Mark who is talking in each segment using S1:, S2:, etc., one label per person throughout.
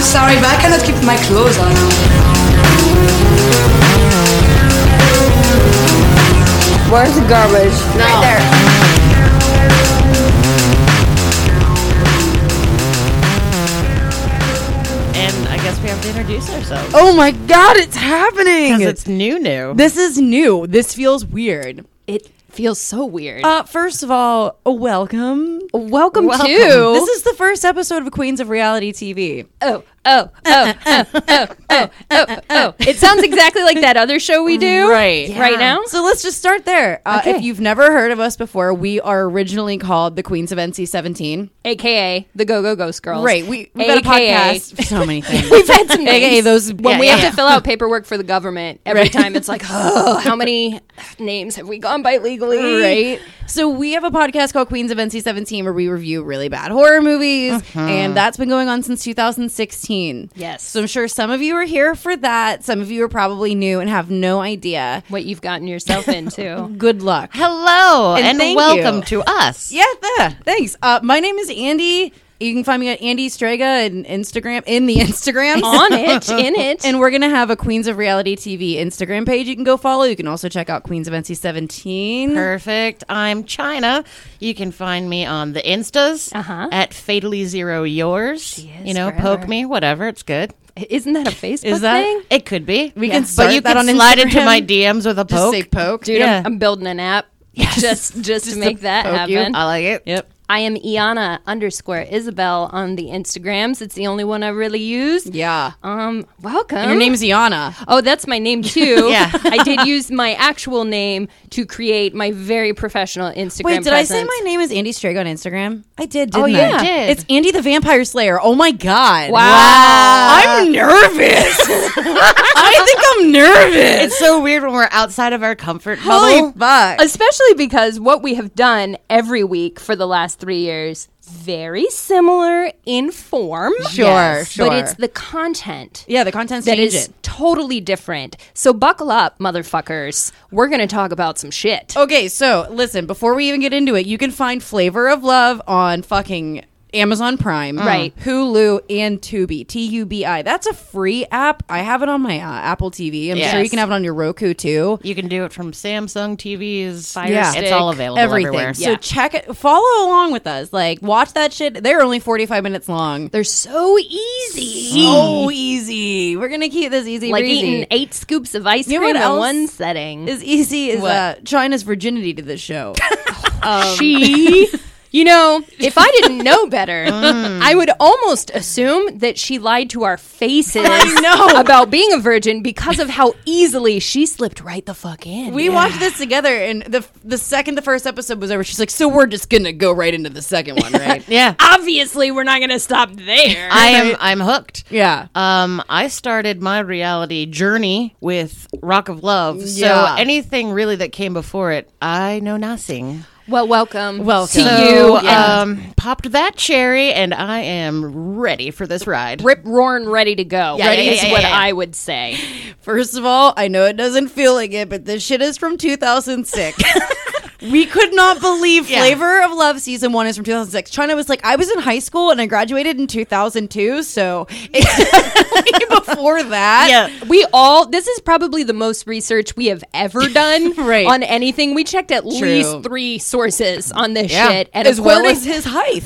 S1: sorry, but I cannot keep my clothes on.
S2: Where's the garbage?
S3: No.
S2: Right there.
S3: And I guess we have to introduce ourselves.
S4: Oh my god, it's happening!
S3: Because it's new, new.
S4: this is new. This feels weird.
S3: it feels so weird.
S4: Uh, first of all, welcome.
S2: Welcome,
S3: Welcome.
S2: to.
S4: This is the first episode of Queens of Reality TV.
S2: oh, oh, oh, oh, oh, oh, oh, oh. It sounds exactly like that other show we do.
S3: Right.
S2: Right now?
S4: So let's just start there. Uh,
S2: Okay.
S4: If you've never heard of us before, we are originally called the Queens of NC 17.
S2: AKA the Go Go Ghost Girls.
S4: Right. We, we've
S2: AKA.
S4: got a podcast. So many things.
S2: We've had some names.
S4: AKA those-
S2: when
S4: yeah,
S2: we
S4: yeah,
S2: have
S4: yeah.
S2: to fill out paperwork for the government every time it's like, oh, how many names have we gone by legally?
S4: right? So we have a podcast called Queens of NC17 where we review really bad horror movies, and that's been going on since 2016.
S2: Yes.
S4: So I'm sure some of you are here for that. Some of you are probably new and have no idea.
S2: What you've gotten yourself into.
S4: Good luck.
S3: Hello
S4: And
S3: and,
S4: thank
S3: welcome
S4: you.
S3: to us.
S4: Yeah, th- thanks. Uh, my name is Andy. You can find me at Andy Strega and Instagram in the Instagram.
S2: On it, in it.
S4: And we're gonna have a Queens of Reality TV Instagram page you can go follow. You can also check out Queens of NC17.
S3: Perfect. I'm China. You can find me on the Instas
S2: Uh-huh.
S3: at fatally zero yours.
S2: is
S3: you know,
S2: forever.
S3: poke me, whatever. It's good.
S2: Isn't that a Facebook
S4: Is that-
S2: thing?
S3: It could be. We
S4: can
S3: but
S4: start
S3: you
S4: that
S3: can
S4: on
S3: slide into
S4: Instagram.
S3: my DMs with a
S4: Just
S3: poke.
S4: say poke.
S2: Dude,
S3: Yeah.
S2: I'm, I'm building an app just, just to make that
S4: poke you.
S2: happen.
S3: I like it.
S4: Yep.
S2: I am Iana underscore Isabel on the Instagrams. It's the only one I really use.
S4: Yeah.
S2: Um, welcome.
S4: And your name's Iana.
S2: Oh, that's my name too.
S3: Yeah.
S2: I did use my actual name to create my very professional Instagram.
S4: Wait, did I say
S2: presence.
S4: my name is Andy Strega on Instagram? I did. Didn't
S2: Oh, you
S4: I?
S2: did.
S4: It's Andy the Vampire Slayer. Oh my god!
S2: Wow.
S4: I'm nervous. I think I'm nervous.
S3: It's so weird when we're outside of our comfort
S4: Holy
S3: bubble.
S4: fuck!
S2: Especially because what we have done every week for the last three years, very similar in form.
S4: Sure, sure.
S2: But it's the content.
S4: yeah, the content's
S2: that
S4: change
S2: is
S4: it.
S2: totally different. So buckle up, motherfuckers. We're going to talk about some shit.
S4: Okay, so listen. Before we even get into it, you can find Flavor of Love on fucking. Amazon Prime,
S2: Right.
S4: Hulu and Tubi, T U B I. That's a free app. I have it on my uh, Apple TV. I'm sure
S3: Yes.
S4: you can have it on your Roku too.
S3: You can do it from Samsung TVs.
S2: Fire
S4: Yeah.
S2: stick,
S3: It's all available
S4: everything.
S3: everywhere.
S4: So
S2: Yeah.
S4: check it, follow along with us. Like watch that shit. They're only 45 minutes long.
S2: They're so easy.
S4: So easy. We're gonna keep this easy
S2: like
S4: breezy.
S2: eating eight scoops of ice
S4: You know
S2: cream
S4: what
S2: in
S4: else
S2: one setting.
S4: as easy as
S2: What?
S4: uh, China's virginity to this show.
S2: she, you know, if I didn't know better, I would almost assume that she lied to our faces about being a virgin because of how easily she slipped right the fuck in.
S4: we watched this together, and the the second the first episode was over, she's like, "So we're just gonna go right into the second one, right?"
S3: Yeah.
S2: obviously we're not going to stop there.
S3: I am I'm hooked.
S4: yeah.
S3: Um, I started my reality journey with Rock of Love.
S4: Yeah.
S3: So anything really that came before it, I know nothing.
S2: well, welcome.
S4: Welcome.
S2: to
S3: So,
S2: you. uh,
S3: um, popped that cherry, and I am ready for this ride.
S2: Rip roaring, ready to go.
S3: Yeah,
S2: ready
S3: yeah,
S2: is
S3: yeah,
S2: what
S3: yeah, yeah.
S2: I would say.
S4: First of all, I know it doesn't feel like it, but this shit is from 2006. we could not believe
S3: Yeah.
S4: Flavor of Love season one is from 2006. China was like, I was in high school and I graduated in 2002, so it's definitely before that.
S3: Yeah.
S2: We all, this is probably the most research we have ever done
S4: Right.
S2: on anything. We checked at least three sources on this shit. And
S4: as well
S2: according-
S4: as his height.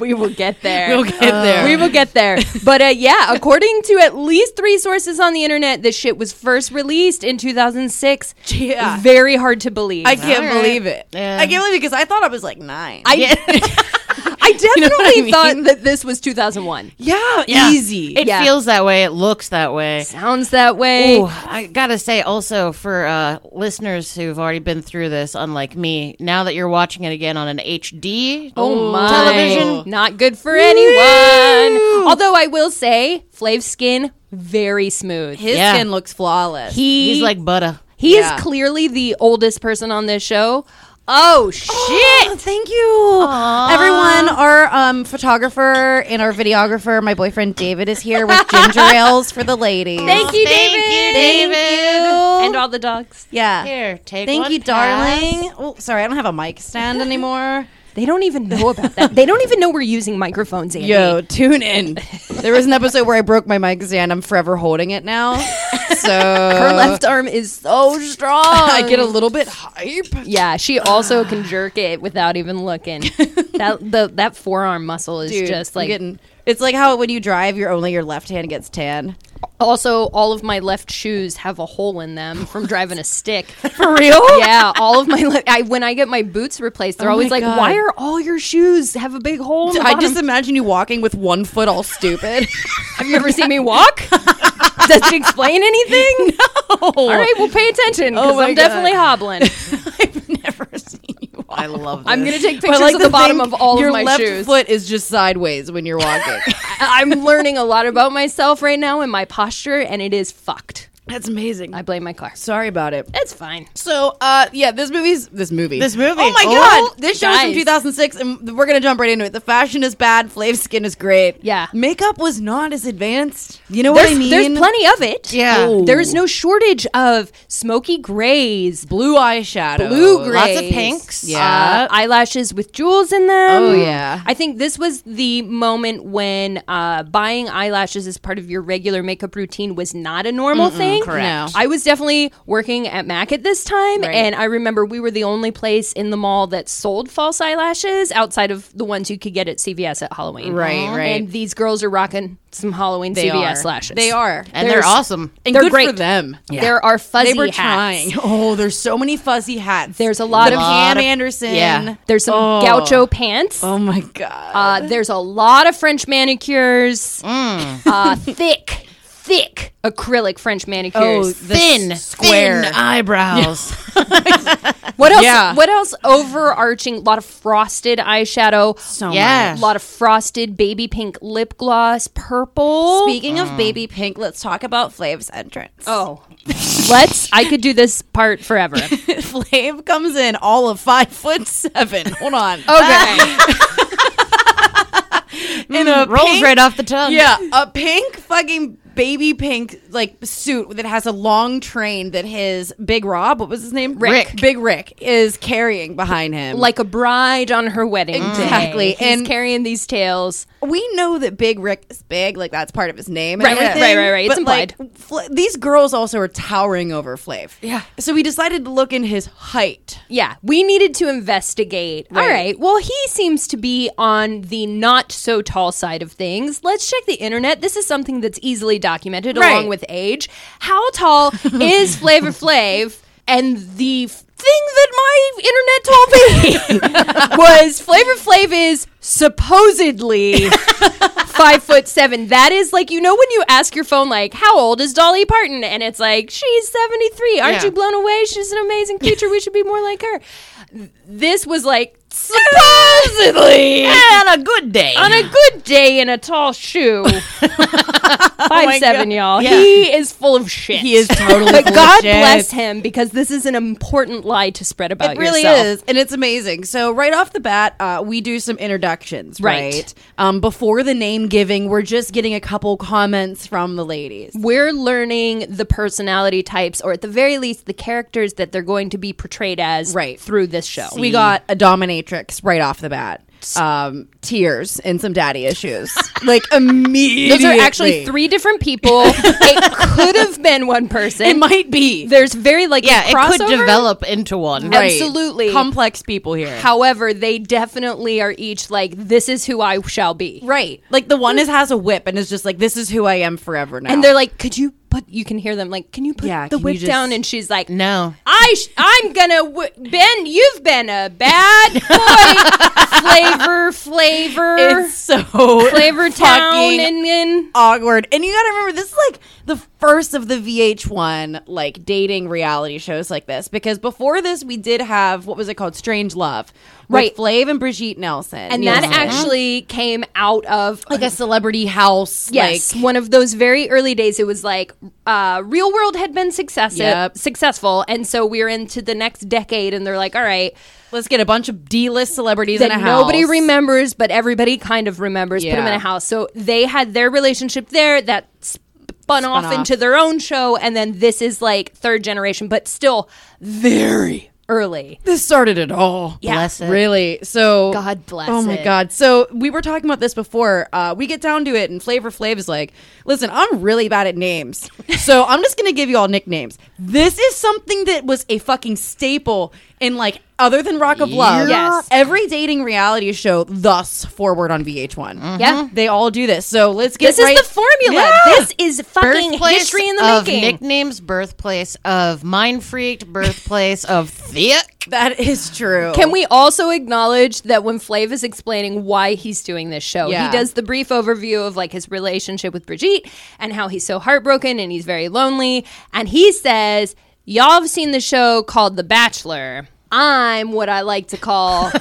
S2: we will get there.
S4: We'll get there.
S2: We will get there. But uh, yeah, according to at least three sources on the internet, this shit was first released in 2006.
S4: Yeah.
S2: Very hard to believe.
S4: I can't
S3: All right.
S4: believe it.
S3: Yeah.
S4: I can't believe it because I thought I was like nine.
S2: I, I definitely
S4: know what I mean?
S2: thought that this was 2001.
S4: yeah,
S3: Yeah.
S4: easy.
S3: It
S2: Yeah.
S3: feels that way. It looks that way.
S2: Sounds that way.
S3: Ooh, I gotta say, also for uh, listeners who've already been through this, unlike me, now that you're watching it again on an HD,
S2: Oh my.
S3: television.
S2: Not good for anyone. Although I will say, Flav's skin, very smooth.
S4: his
S3: Yeah.
S4: skin looks flawless.
S2: he,
S3: he's like butter.
S2: he
S4: Yeah.
S2: is clearly the oldest person on this show. Oh, shit.
S4: Oh, thank you, everyone. Our um, photographer and our videographer, my boyfriend David, is here with ginger ales for the ladies.
S2: Thank you,
S3: Thank
S2: David.
S3: you, Thank David.
S2: And all the dogs.
S4: yeah.
S3: Here, take
S4: Thank
S3: one
S4: you,
S3: pass.
S4: darling. Oh, sorry, I don't have a mic stand anymore.
S2: They don't even know about that. They don't even know we're using microphones, Andy.
S4: Yo, tune in. There was an episode where I broke my mic and I'm forever holding it now. So
S2: Her left arm is so strong.
S4: I get a little bit hype.
S2: Yeah, she also can jerk it without even looking. that the that forearm muscle is
S4: Dude,
S2: just
S4: I'm
S2: like
S4: getting, it's like how when you drive, you're only your left hand gets tan.
S2: Also, all of my left shoes have a hole in them from driving a stick.
S3: For real?
S2: yeah, all of my le- I, when I get my boots replaced, they're
S4: Oh
S2: always
S4: my
S2: like,
S4: God.
S2: "Why are all your shoes have a big hole?" In the
S4: I just
S2: bottom?"
S4: imagine you walking with one foot all stupid.
S2: have you ever seen me walk? Does it explain anything?
S4: no.
S2: All right, well, pay attention
S4: Oh
S2: because
S4: my
S2: I'm
S4: God.
S2: definitely hobbling.
S4: I've never seen you walk.
S3: I love this.
S2: I'm gonna take
S4: But I
S2: pictures of
S4: to
S2: the bottom
S4: think
S2: of all
S4: your
S2: of my
S4: left
S2: shoes.
S4: foot is just sideways when you're walking.
S2: I- I'm learning a lot about myself right now and my posture, and it is fucked.
S4: That's amazing.
S2: I blame my car.
S4: Sorry about it.
S2: It's fine.
S4: So, uh, yeah, this movie's this movie.
S3: This movie.
S4: Oh my
S3: Oh,
S4: god, this show is from
S2: guys.
S4: 2006, and we're gonna jump right into it. The fashion is bad. Flav skin is great.
S2: Yeah.
S4: makeup was not as advanced. You know
S2: There's,
S4: what I mean?
S2: there's plenty of it.
S3: Yeah.
S4: Oh.
S2: There's no shortage of smoky grays,
S4: blue eyeshadow,
S2: blue grays,
S3: Lots of pinks.
S4: Yeah.
S2: uh, eyelashes with jewels in them.
S4: Oh, yeah.
S2: I think this was the moment when uh, buying eyelashes as part of your regular makeup routine was not a normal thing.
S4: correct. No.
S2: I was definitely working at Mac at this time,
S4: Right.
S2: and I remember we were the only place in the mall that sold false eyelashes outside of the ones you could get at CVS at Halloween.
S4: Right, right.
S2: And these girls are rocking some Halloween
S4: They
S2: CVS
S4: are.
S2: lashes.
S4: They are,
S3: and they're
S2: There's-
S3: awesome.
S4: and
S2: they're
S4: good for
S2: great.
S4: them.
S2: There are fuzzy
S4: They were
S2: hats.
S4: trying. Oh, there's so many fuzzy hats.
S2: There's a lot
S4: There's
S2: of-
S4: Pam
S3: Lot of-
S4: Anderson.
S3: yeah.
S2: There's some
S4: Oh.
S2: gaucho pants.
S4: Oh my god.
S2: Uh, there's a lot of French manicures.
S4: Mm.
S2: Uh, thick, thick acrylic French manicures.
S4: Oh, the
S3: Thin,
S4: s- square.
S3: thin eyebrows.
S2: what else?
S4: yeah.
S2: What else? Overarching, a lot of frosted eyeshadow.
S4: So
S3: Yeah.
S2: a lot of frosted baby pink lip gloss, purple.
S4: Speaking of baby pink, let's talk about Flav's entrance.
S2: oh, let's. I could do this part forever.
S4: Flav comes in all of five foot seven. Hold on.
S2: Okay.
S4: in a
S3: Mm, Rolls
S4: pink-
S3: right off the tongue.
S4: Yeah, a pink fucking baby pink like suit that has a long train that his Big Rob, what was his name?
S2: Rick. Rick.
S4: Big Rick is carrying behind him.
S2: like a bride on her wedding. day.
S4: Exactly.
S2: He's
S4: And-
S2: carrying these tails.
S4: we know that Big Rick is big, like that's part of his name. and
S2: Right, right,
S4: everything,
S2: right, right, right. It's
S4: but, like, Fla- these girls also are towering over Flav.
S3: Yeah.
S4: So we decided to look in his height.
S2: Yeah, we needed to investigate. All
S4: Right.
S2: right. Well, he seems to be on the not so tall side of things. Let's check the internet. This is something that's easily documented
S4: Right.
S2: along with age. How tall is Flavor Flav? And the f- thing that my internet told me was Flavor Flav is supposedly five foot seven. That is like you know when you ask your phone like, "How old is Dolly Parton?" and it's like, "She's seventy three. Aren't
S3: Yeah.
S2: you blown away? She's an amazing creature. We should be more like her." This was like supposedly
S3: And a good day.
S2: on a good day in a tall shoe.
S4: Oh
S2: Five seven, y'all.
S3: Yeah.
S2: He is full of shit.
S4: He is totally
S2: But
S4: full of
S2: God
S4: shit.
S2: bless him because this is an important lie to spread about
S4: It really
S2: yourself.
S4: is, and it's amazing. So right off the bat, uh, we do some introductions,
S2: Right.
S4: right? Um, before the name giving, we're just getting a couple comments from the ladies.
S2: we're learning the personality types or at the very least the characters that they're going to be portrayed as
S4: Right.
S2: through this show
S4: We got a dominatrix right off the bat, um, tears and some daddy issues, like
S2: those
S4: immediately.
S2: are actually three different people it could have been one person
S4: It might be
S2: there's very like
S3: yeah, it could
S2: crossover.
S3: develop into one.
S2: Right. absolutely.
S4: complex people here.
S2: however they definitely are each like this is who i shall be
S4: right? Like the one is has a whip and is just like, "This is who I am forever now."
S2: and they're like could you put you can hear them like can you put
S4: Yeah,
S2: the
S4: can you
S2: whip
S4: just-
S2: down and she's like
S3: No.
S2: I sh- I'm gonna w- Ben. You've been a bad boy. flavor, flavor.
S4: it's so
S2: Flavor Town
S4: fucking
S2: and then
S4: awkward. And you got to remember, this is like the first of the VH1 like dating reality shows like this because before this we did have what was it called, Strange Love, with
S2: Right.
S4: Flav and Brigitte Nelson,
S2: and that actually came out of
S4: like a celebrity house,
S2: yes
S4: like
S2: one of those very early days. It was like uh, Real World had been success-
S4: Yep.
S2: successful, and so we're into the next decade, and they're like, all right,
S4: let's get a bunch of D-list celebrities in a
S2: that
S4: house.
S2: nobody remembers, but everybody kind of remembers. Put them in
S4: Yeah.
S2: a house. So they had their relationship there that spun, off,
S4: off.
S2: into their own show, and then this is like third generation, but still very early.
S4: this started it all.
S2: Yeah.
S3: Bless it.
S4: Really? So
S2: God bless
S4: Oh my
S2: it.
S4: God! So we were talking about this before. Uh, we get down to it, and Flavor Flav is like, "Listen, I'm really bad at names, so I'm just gonna give you all nicknames. This is something that was a fucking staple in like other than Rock of Love,
S2: Yes.
S4: every dating reality show thus forward on VH1.
S2: Yeah.
S4: they all do this. So let's get
S2: Mm-hmm. This is
S4: right-
S2: the formula.
S4: Yeah.
S2: This is fucking history in the
S3: of
S2: making.
S3: nicknames, birthplace of mind freaked, birthplace of thick.
S4: that is true.
S2: Can we also acknowledge that when Flav is explaining why he's doing this show,
S4: Yeah.
S2: he does the brief overview of like his relationship with Brigitte and how he's so heartbroken and he's very lonely. And he says, Y'all have seen the show called The Bachelor. I'm what I like to call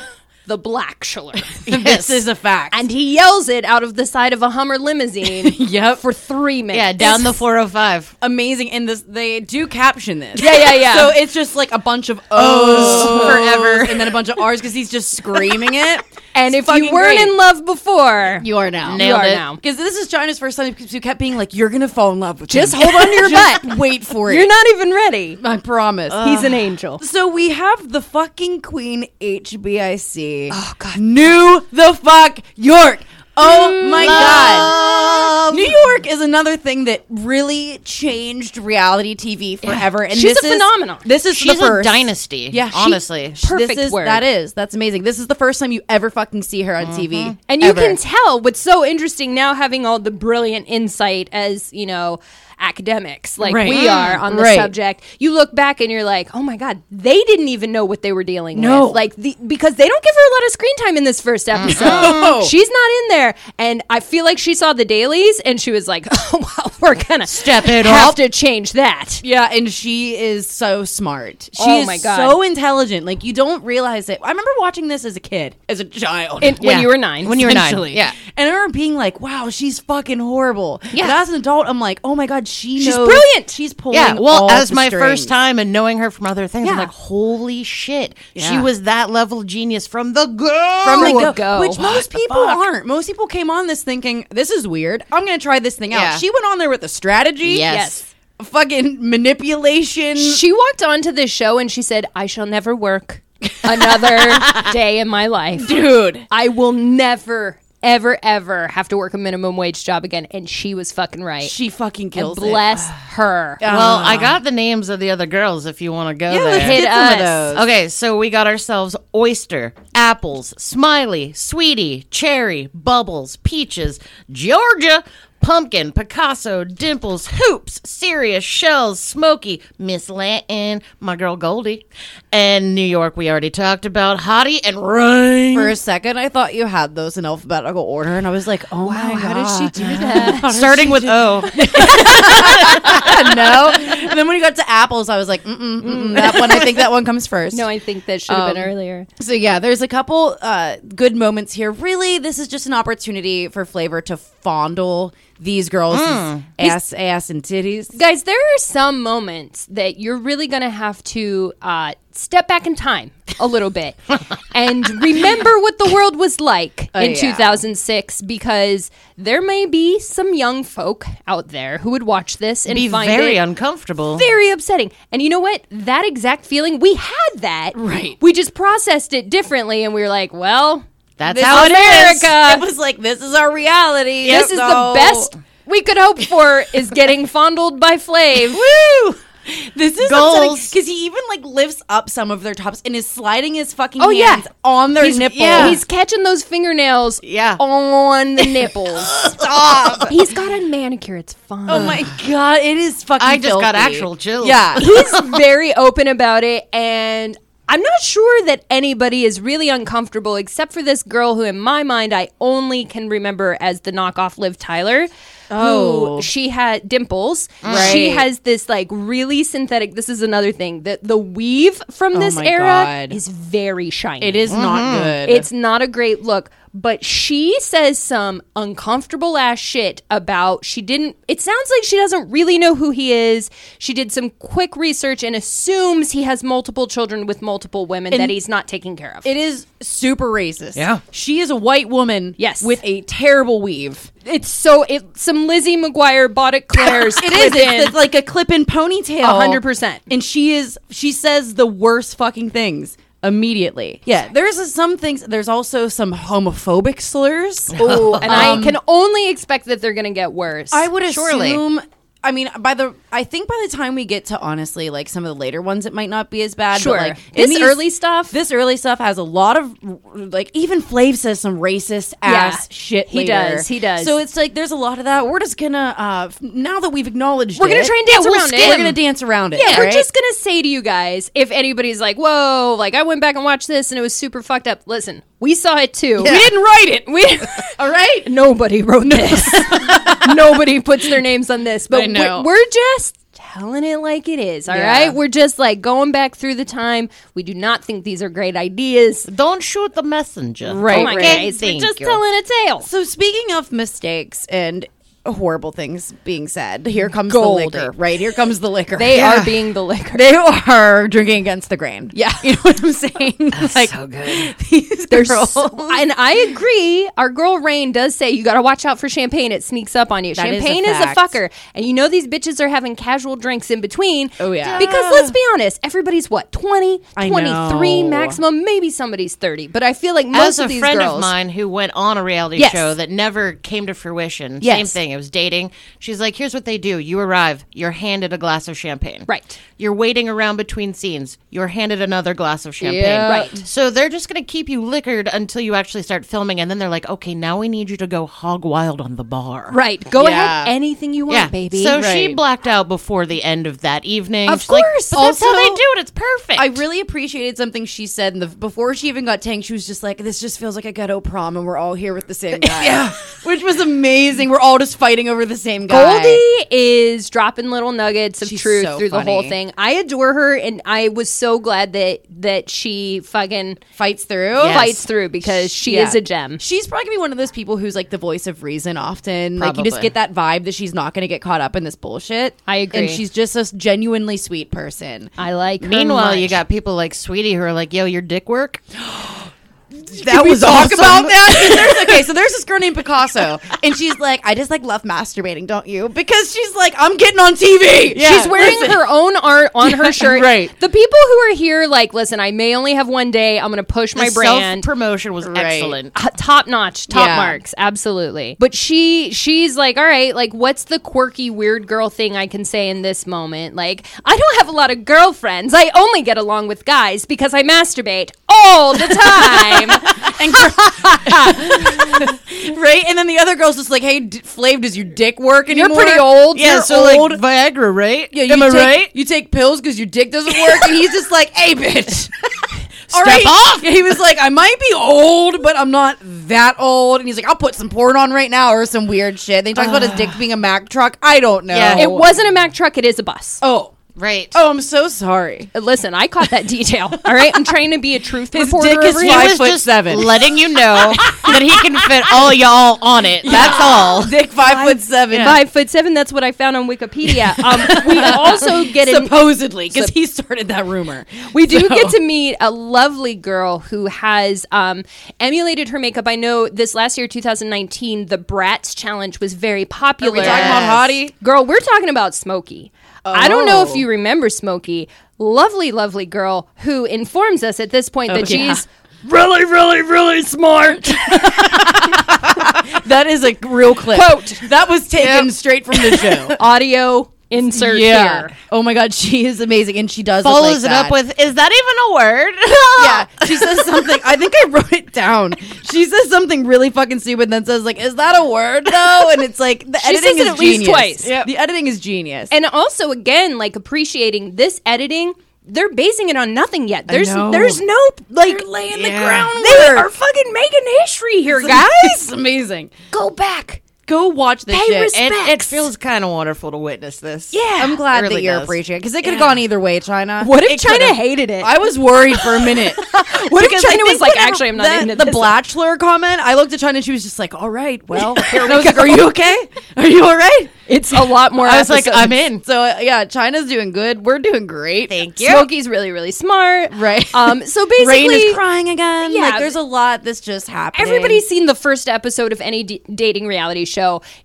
S2: the Blackshiller.
S4: This is a fact.
S2: And he yells it out of the side of a Hummer limousine
S4: yep,
S2: for three minutes.
S3: Yeah, down the 405.
S4: amazing. And this they do caption this.
S2: Yeah, yeah, yeah. Oh.
S4: So it's just like a bunch of O's forever, and then a bunch of R's because he's just screaming it.
S2: and
S4: It's
S2: if you
S4: fucking
S2: weren't
S4: great.
S2: in love before,
S4: you are now,
S3: Nailed
S2: are
S3: it.
S2: now.
S4: because this is China's first time because you kept being like, "You're gonna fall in love with
S2: Just
S4: him.
S2: hold on to your
S4: Just
S2: butt.
S4: Wait for
S2: you're
S4: it.
S2: not even ready.
S4: I promise.
S2: He's an angel.
S4: so we have the fucking Queen HBIC. Oh God, New the fuck York. Oh my God. New York is another thing that really changed reality TV forever. And
S2: She's
S4: this
S2: a
S4: is-
S2: phenomenon.
S4: This is
S3: She's
S4: the
S3: a
S4: first.
S3: dynasty.
S4: Yeah,
S3: Yeah,
S4: she-
S3: honestly.
S2: Perfect
S4: this is,
S2: word. Mm-hmm.
S4: That is. That's amazing. This is the first time you ever fucking see her on TV.
S2: And you
S4: Ever.
S2: can tell what's so interesting now having all the brilliant insight as, you know, academics like
S4: Right.
S2: we are on the
S4: Right.
S2: subject. You look back and you're like, "Oh my god, they didn't even know what they were dealing
S4: No.
S2: with." Like the, because they don't give her a lot of screen time in this first episode.
S4: No.
S2: She's not in there and I feel like she saw the dailies and she was like, "Oh, well, we're going to
S3: Step it
S2: have
S3: up."
S2: to change that."
S4: Yeah, and she is so smart. She
S2: Oh
S4: is
S2: my God.
S4: so intelligent. Like you don't realize it. I remember watching this as a kid, as a child.
S2: In- When
S3: Yeah.
S2: you were 9.
S3: When you were nine.
S2: essentially.
S3: Yeah.
S4: and I remember being like, "Wow, she's fucking horrible."
S2: Yeah.
S4: But as an adult, I'm like, "Oh my god, she
S2: She's
S4: knows-
S2: brilliant.
S4: She's pulling."
S3: Yeah, well,
S4: all
S3: as
S4: the
S3: my
S4: strings.
S3: first time and knowing her from other things, I'm
S2: Yeah.
S3: like, holy shit. She
S4: Yeah.
S3: was that level of genius from the go.
S4: From the
S2: Go.
S4: go,
S2: Go.
S4: which
S2: What
S4: most
S2: the
S4: people aren't. Most people came on this thinking, "This is weird. I'm going to try this thing
S3: Yeah.
S4: out." She went on there with a strategy.
S3: Yes.
S2: Yes.
S4: Fucking manipulation.
S2: She walked onto this show and she said, I shall never work another day in my life.
S4: Dude.
S2: I will never, ever, ever have to work a minimum wage job again. And she was fucking right.
S4: She fucking kills
S2: and
S4: it.
S2: bless her.
S3: Well, I got the names of the other girls if you want to go
S4: Uh. Yeah,
S3: there.
S4: let's get
S2: Hit
S4: some
S2: us.
S4: of those.
S3: Okay, so we got ourselves Oyster, Apples, Smiley, Sweetie, Cherry, Bubbles, Peaches, Georgia, Pumpkin, Picasso, Dimples, Hoops, Sirius, Shells, Smokey, Miss Latin, my girl Goldie, and New York. We already talked about Hottie and Rain.
S4: For a second, I thought you had those in alphabetical order, and I was like, "Oh my god,
S2: How did she do that?
S3: starting with oh, O.
S4: no!" And then when you got to apples, I was like, mm-mm, mm-mm, "That one, I think that one comes first.
S2: no, I think that should have
S4: Um,
S2: been earlier.
S4: So yeah, there's a couple uh, good moments here. Really, this is just an opportunity for Flavor to fondle these girls' ass, ass, and titties.
S2: Guys, there are some moments that you're really going to have to uh, step back in time a little bit and remember what the world was like in
S4: yeah.
S2: 2006 because there may be some young folk out there who would watch this and
S3: Be
S2: find
S3: very
S2: it
S3: uncomfortable.
S2: very upsetting. And you know what? That exact feeling, we had that.
S4: Right.
S2: We just processed it differently and we were like, well,
S3: That's
S2: this
S3: how
S2: is
S3: it is.
S2: America.
S4: It was like this is our reality.
S2: This is the
S4: So-
S2: best we could hope for is getting fondled by Flav.
S4: Woo! This is
S3: Goals.
S4: because he even like lifts up some of their tops and is sliding his fucking
S2: Oh, yeah.
S4: hands on their
S2: He's-
S4: nipples.
S2: yeah, he's catching those fingernails
S3: Yeah.
S2: on the nipples.
S4: Stop.
S2: he's got a manicure. It's fine.
S4: Oh my god, it is fucking.
S3: I just got
S4: filthy.
S3: actual chills.
S4: Yeah,
S2: he's very open about it and I'm not sure that anybody is really uncomfortable except for this girl who in my mind I only can remember as the knockoff Liv Tyler.
S4: Oh.
S2: Who she had dimples. She
S4: Right.
S2: has this like really synthetic this is another thing. The the weave from this
S4: Oh my
S2: era
S4: God. Mm-hmm.
S2: is very shiny.
S4: it is not good.
S2: It's not a great look. but she says some uncomfortable ass shit about she didn't it sounds like she doesn't really know who he is. She did some quick research and assumes he has multiple children with multiple women that he's not taking care of.
S4: It is super racist.
S3: Yeah.
S4: She is a white woman
S2: Yes.
S4: with a terrible weave.
S2: it's so it some Lizzie McGuire bought at Claire's. Oh.
S4: It is.
S2: clip-in.
S4: It's, it's like a clip in Oh. ponytail.
S2: A hundred percent.
S4: And she is she says the worst fucking things immediately. Yeah. There's a- some things there's also some homophobic slurs.
S2: Ooh, and I can only expect that they're going to get worse.
S4: I would
S3: Surely.
S4: assume I mean, by the I think by the time we get to honestly like some of the later ones, it might not be as bad.
S2: Sure.
S4: but like
S2: This
S4: in these-
S2: early stuff-
S4: this early stuff has a lot of like even Flav says some racist ass shit.
S2: He
S4: later.
S2: does, he does.
S4: So it's like there's a lot of that. We're just gonna uh f- now that we've acknowledged,
S2: We're gonna
S4: it,
S2: try and dance
S4: we'll
S2: around it.
S4: skim. We're gonna dance around it.
S2: Yeah, we're
S4: right?
S2: just gonna say to you guys, if anybody's like, "Whoa!" Like I went back and watched this, and it was super fucked up. Listen, we saw it too. We didn't write it. We all right. Nobody wrote this. Nobody puts their names on this. But
S4: I know.
S2: We're, we're just telling it like it is. All
S4: Yeah.
S2: right? we're just like going back through the time. We do not think these are great ideas.
S3: Don't shoot the messenger.
S4: Right,
S2: oh my
S4: right.
S2: guys, we're
S3: Thank
S2: just
S3: you.
S2: telling a tale.
S4: So speaking of mistakes and horrible things being said, here comes
S2: Gold.
S4: the liquor. Right here comes the liquor.
S2: They are being the liquor.
S4: they are drinking against the grain. Yeah, you know what I'm saying. like
S3: So good.
S4: these
S2: They're
S4: girls,
S2: so- and I agree. Our girl Rain does say you got to watch out for champagne; it sneaks up on you.
S4: That is a
S2: champagne is a,
S4: fact.
S2: fucker, and you know these bitches are having casual drinks in between.
S4: Oh, yeah.
S2: because let's be honest, everybody's what 20,
S4: I
S2: 23
S4: know.
S2: maximum. Maybe somebody's thirty, but I feel like most
S3: As
S2: of
S3: a
S2: these
S3: friend
S2: girls.
S3: of mine who went on a reality
S2: Yes.
S3: show that never came to fruition, same
S2: Yes.
S3: thing. It was dating. She's like, "Here's what they do: you arrive, you're handed a glass of champagne.
S2: Right.
S3: You're waiting around between scenes. You're handed another glass of champagne.
S2: Yeah. Right.
S3: So they're just gonna keep you liquored until you actually start filming, and then they're like, "Okay, now we need you to go hog wild on the bar.
S2: Right, go
S4: Yeah.
S2: ahead, anything you want,
S3: Yeah,
S2: baby.
S3: So she
S4: Right.
S3: blacked out before the end of that evening.
S2: Of
S3: She's like,
S2: course.
S3: but that's how
S2: Also-
S3: they do it. It's perfect.
S4: I really appreciated something she said in the, before she even got tanked. She was just like, "This just feels like a ghetto prom, and we're all here with the same guy." yeah, which was amazing. We're all just fighting over the same guy.
S2: Goldie is dropping little nuggets of
S4: She's
S2: truth
S4: so
S2: through the
S4: funny.
S2: whole thing. I adore her, and I was so glad that that she fucking
S4: fights through.
S3: Yes.
S2: fights through because she
S4: Yeah.
S2: is a gem.
S4: She's probably gonna be one of those people who's like the voice of reason often. Like you just
S3: Probably.
S4: get that vibe that she's not gonna get caught up in this bullshit.
S2: I agree.
S4: And she's just a genuinely sweet person.
S2: I like. her
S3: Meanwhile, you
S2: much.
S3: got people like Sweetie who are like, "Yo, your dick work."
S4: that
S3: we
S4: was
S3: talk
S4: talk about
S3: about
S4: that? okay, so there's this girl named Picasso, and she's like, I just like love masturbating, don't you? Because she's like, I'm getting on TV.
S2: She's wearing her own art on her shirt.
S3: right.
S2: The people who are here, like, listen, I may only have one day. I'm going to push my brand.
S3: Self promotion was excellent.
S2: Uh, top notch, top
S4: Yeah.
S2: marks, absolutely. But she, she's like, all right, like, what's the quirky, weird girl thing I can say in this moment? Like, I don't have a lot of girlfriends. I only get along with guys because I masturbate all the time.
S4: and gr- right, and then the other girl's just like, Hey, d- Flav, does your dick work anymore?
S2: pretty old.
S4: Yeah,
S2: You're
S4: so old.
S3: like Viagra, right?
S4: yeah, you
S3: Am I
S4: take,
S3: right?
S4: You take pills because your dick doesn't work, and he's just like, Hey, bitch. All
S3: Step off.
S4: He was like, I might be old, but I'm not that old. And he's like, I'll put some porn on right now or some weird shit. Then he talks about his dick being a Mack truck. I don't know.
S3: Yeah.
S2: it wasn't a Mack truck, it is a bus.
S4: Oh.
S3: Right.
S4: Oh, I'm so sorry.
S2: Listen, I caught that detail. All right, I'm trying to be a truth reporter.
S4: dick is
S2: over
S3: he
S2: here.
S4: five
S3: was
S4: foot
S3: just
S4: seven.
S3: letting you know that he can fit all y'all on it. That's all.
S4: Dick five, foot seven.
S2: five foot seven. That's what I found on Wikipedia. Um, we also get an,
S4: supposedly, because he started that rumor.
S2: we do get to meet a lovely girl who has um, emulated her makeup. I know this last year, 2019, the Bratz challenge was very popular.
S4: We're talking about Hottie.
S2: Girl, we're talking about Smokey. I don't know if
S4: Oh.
S2: you remember Smokey. Lovely, lovely girl who informs us at this point that
S4: yeah.
S2: she's
S3: Really, really, really smart.
S4: That is a real clip.
S2: Quote.
S4: That was taken straight from the show.
S2: audio insert
S4: yeah.
S2: here.
S4: Oh my God, she is amazing, and she does look
S3: Follows
S4: like
S3: it up
S4: that.
S3: with, "Is that even a word?"
S4: Yeah, she says something. I think I wrote it down. She says something really fucking stupid, then says like, "Is that a word though?" And it's like the
S2: She
S4: editing
S2: says it
S4: is
S2: at least
S4: genius.
S2: twice. Yep.
S4: The editing is genius.
S2: and also again like appreciating this editing they're basing it on nothing yet there's
S4: know.
S2: there's no like laying
S3: Yeah.
S2: they are fucking making history here guys
S4: it's amazing.
S2: go back
S3: go watch this
S4: Pay
S3: shit. It, it
S4: respects.
S3: feels kind of wonderful to witness this.
S4: I'm glad
S3: It really
S4: that you're
S3: does.
S4: appreciating because it could have gone either way, China.
S2: What if
S4: It
S2: China
S4: could've-
S2: hated it?
S4: I was worried for a minute.
S2: What if
S4: Because I
S2: China was
S4: think
S2: like,
S4: whenever
S2: actually, I'm not
S4: that-
S2: into
S4: the
S2: this.
S4: Blatchler comment. I looked at China. and She was just like, "All right, well." And I was like, "Are you okay? Are you all right?"
S2: It's a lot more.
S3: I was like,
S2: episodes.
S3: I'm in.
S4: So uh, yeah, China's doing good. We're doing great. Thank
S2: Smokey's really, really smart.
S4: Right.
S2: Um. So
S4: Rain
S2: basically,
S4: is crying again.
S2: Yeah.
S4: like there's a lot that's just happening.
S2: Everybody's seen the first episode of any d- dating reality show.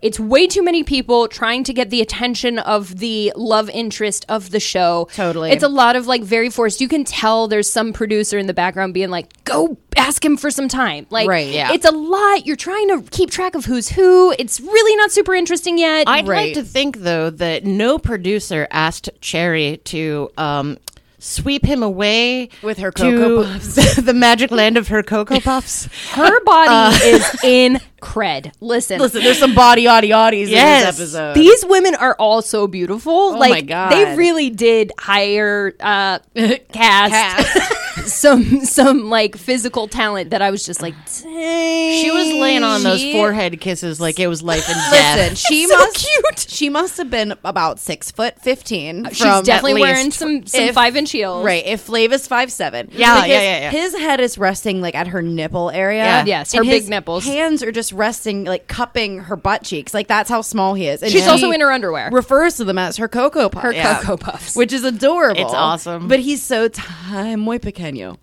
S2: It's way too many people trying to get the attention of the love interest of the show.
S4: Totally.
S2: It's a lot of like very forced. You can tell there's some producer in the background being like, go ask him for some time. Like,
S4: Right, yeah.
S2: it's a lot. You're trying to keep track of who's who. It's really not super interesting yet.
S3: I'd
S4: Right.
S3: like to think though that no producer asked Cherry to um, sweep him away
S4: With her
S3: to
S4: Cocoa
S3: the magic land of her cocoa puffs.
S2: Her body
S4: Uh.
S2: is in cred. Listen.
S4: listen. There's some body, oddy, oddies
S3: Yes.
S4: in this episode.
S2: These women are all so beautiful. like
S4: Oh God.
S2: they really did hire uh cast, some some like physical talent that I was just like dang.
S3: She was laying on those
S4: She-
S3: forehead kisses like it was life and death.
S4: Listen, she
S2: So
S4: must
S2: cute.
S4: She must have been about six foot fifteen.
S2: She's
S4: from
S2: definitely
S4: at least
S2: wearing
S4: tw-
S2: some some
S4: if-
S2: five inch heels.
S4: Right, if Flav is five seven,
S3: Yeah, yeah, yeah, yeah.
S4: His head is resting like at her nipple area.
S3: Yeah.
S2: Yes,
S4: And
S2: her big
S4: his
S2: nipples.
S4: Hands are just resting, like cupping her butt cheeks. Like that's how small he is. And
S2: She's
S4: she
S2: also in her underwear.
S4: Refers to them as her cocoa puffs.
S2: Her Yeah. Cocoa Puffs.
S4: which is adorable.
S3: It's awesome.
S4: but he's so time muy pequeño.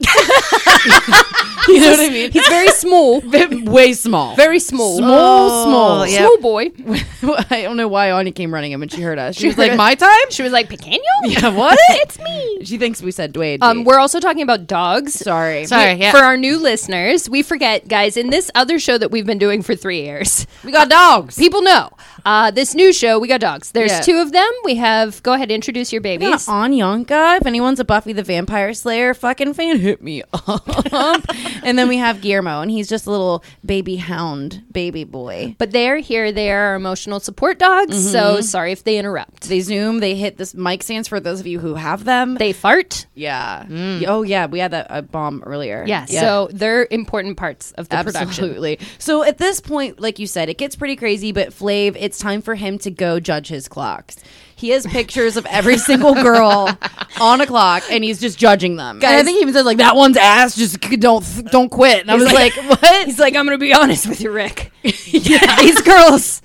S4: you know what I mean?
S2: He's very small.
S4: He's way small.
S2: Very small. Oh,
S4: Small, small.
S3: yeah.
S2: Small boy.
S4: I don't know why Anya came running in when she heard us. She, was like, "My time."
S2: She was like, Pequeño?
S4: Yeah, what?
S2: it's me.
S4: She thinks we said Dwayne.
S2: Um, we're also talking about dogs.
S4: sorry.
S3: Sorry, yeah.
S2: For our new listeners, we forget, guys, in this other show that we've been doing for three years,
S4: We got dogs.
S2: People know. Uh, this new show, we got dogs. There's
S4: Yeah.
S2: two of them. We have, go ahead, introduce your babies.
S4: on Yonka. If anyone's a Buffy the Vampire Slayer fucking fan, hit me up. and then we have Guillermo, and he's just a little baby hound, baby boy.
S2: But they're here. They are our emotional support dogs. So sorry if they interrupt.
S4: They zoom. They hit this mic stands for those of you who have them.
S2: They fart.
S4: yeah. Oh yeah, we had that a bomb earlier.
S2: Yeah. So they're important parts of the production.
S4: Absolutely. So at this point, like you said, it gets pretty crazy, but Flav, it's time for him to go judge his clocks. He has pictures of every single girl on a clock and he's just judging them. and I
S2: Guys-
S4: think he even says like that one's ass just c- don't don't quit. And I was like, what?
S2: He's like, I'm going to be honest with you, Rick. These girls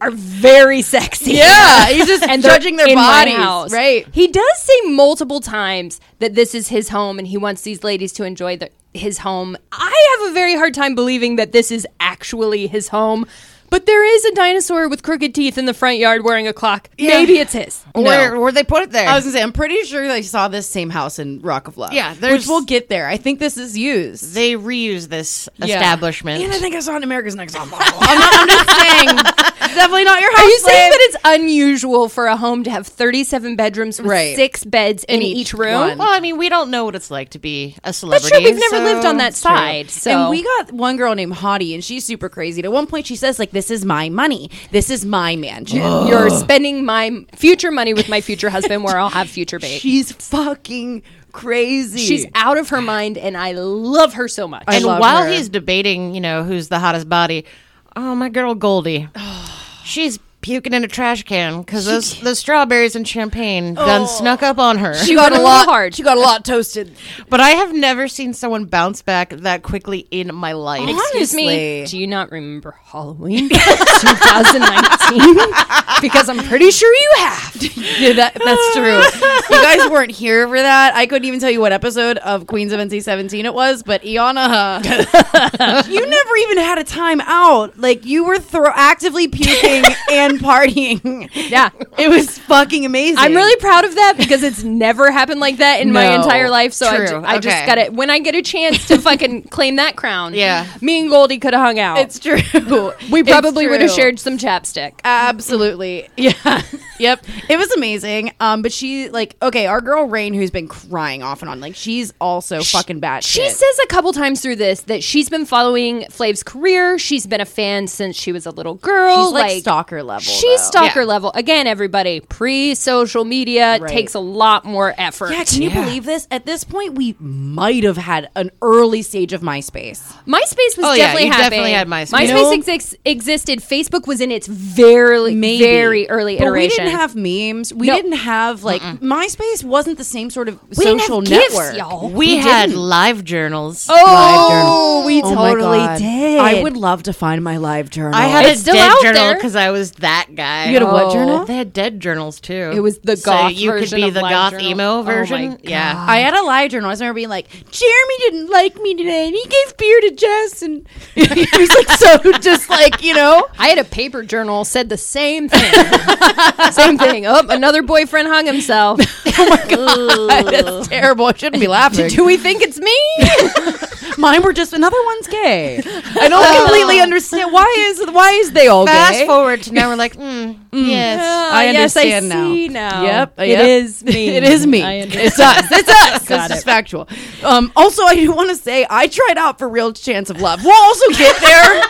S2: are very sexy.
S4: Yeah, he's just
S2: and they're
S4: judging their
S2: in my
S4: bodies,
S2: house.
S4: right?
S2: He does say multiple times that this is his home and he wants these ladies to enjoy their, his home. I have a very hard time believing that this is actually his home. But there is a dinosaur with crooked teeth in the front yard wearing a clock. Maybe it's his.
S3: Where where they put it there?
S4: I was gonna say, I'm pretty sure they saw this same house in Rock of Love.
S3: Yeah,
S4: which
S3: there's-
S4: we'll get there. I think this is used.
S3: they reuse this establishment.
S4: And I think I saw it in America's Next Top Model. I'm not, I'm not saying it's definitely not your house.
S2: Are you saying
S4: Flav.
S2: that it's unusual for a home to have 37 bedrooms with
S4: Right.
S2: six beds in, each,
S4: each
S2: room?
S4: one.
S3: well, I mean, we don't know what it's like to be a
S2: That's
S3: celebrity.
S2: true. We've never
S3: so-
S2: lived on that
S3: It's true.
S2: side. So
S4: And we got one girl named Hottie, and she's super crazy. And at one point, she says, "Like this is my money. This is my mansion."
S2: You're spending my m- future money with my future husband, where I'll have future babe.
S4: She's fucking crazy.
S2: She's out of her mind, and I love her so much.
S4: I
S3: And
S4: love
S3: while
S4: her.
S3: he's debating, you know, who's the hottest body, oh my girl Goldie, she's puking in a trash can because those those strawberries and champagne done snuck up on her.
S4: she
S2: She
S4: got a
S2: went
S4: lot
S2: hard.
S4: She got a lot toasted.
S3: but I have never seen someone bounce back that quickly in my life.
S2: Excuse me,
S4: honestly.
S2: do you not remember Halloween 2019? because I'm pretty sure you have.
S4: Yeah, that, that's true. you guys weren't here for that. I couldn't even tell you what episode of Queens of NC17 it was, but Iana, you never even had a time out. Like you were thro- actively puking and partying.
S2: Yeah.
S4: It was fucking amazing.
S2: I'm really proud of that because it's never happened like that in my
S4: No.
S2: entire life. So I,
S3: True.
S2: ju- I just
S3: Okay.
S2: got it. When I get a chance to fucking claim that crown,
S3: Yeah.
S2: me and Goldie could have hung out.
S4: It's true.
S2: we
S4: It's
S2: probably would have
S4: true.
S2: shared some chapstick.
S4: Absolutely. Yeah. yep. It was amazing. Um, but she like okay, our girl Rain, who's been crying off and on, like she's also fucking bad.
S2: She says a couple times through this that she's been following Flav's career. She's been a fan since she was a little girl.
S4: She's like stalker level.
S2: She's
S4: though.
S2: stalker
S3: Yeah.
S2: level. Again, everybody, pre social media
S4: Right.
S2: takes a lot more effort.
S4: Yeah, can you believe this? At this point, we might have had an early stage of MySpace.
S2: MySpace was
S3: Oh, yeah,
S2: definitely happening.
S3: you definitely had MySpace.
S2: MySpace
S4: No.
S2: exis- existed. Facebook was in its very,
S4: Maybe.
S2: very early
S4: But
S2: iteration.
S4: we didn't have memes. We
S2: No.
S4: didn't have like MySpace wasn't the same sort of
S2: We didn't have
S4: social
S2: GIFs,
S4: network.
S2: y'all.
S3: We had live journals.
S2: Oh, we
S4: Oh my
S2: totally
S4: God.
S2: did.
S4: I would love to find my live journal.
S3: I had
S2: It's
S3: a
S2: still
S3: dead
S2: out
S3: journal
S2: there.
S3: because I was that guy.
S4: You had a what
S2: Oh.
S4: journal?
S3: They had dead journals too. It
S2: was the
S3: so
S2: goth
S3: you
S2: version
S3: could be
S2: of
S3: the
S2: live
S3: goth
S2: journal.
S3: emo
S2: Oh my
S3: version. yeah,
S4: I had a live journal. I just remember being like, Jeremy didn't like me today, and he gave beer to Jess, and he was like, so just like you know,
S2: I had a paper journal said the same thing. same thing. Oh, another boyfriend hung himself.
S4: Oh that's terrible. I shouldn't be laughing.
S2: Do we think it's me?
S4: Mine were just another one's gay. I don't completely understand why is why is they all
S3: Fast
S4: gay?
S3: forward to now, we're like, mm, yes.
S4: I
S2: Ah, yes,
S4: understand now.
S2: see now.
S4: Yep,
S2: it
S4: yep.
S2: is me.
S4: It is me.
S2: I understand.
S4: It's us. It's us.
S2: Got
S4: this is
S2: it.
S4: factual. Um, also, I do want to say I tried out for Real Chance of Love. We'll also get there.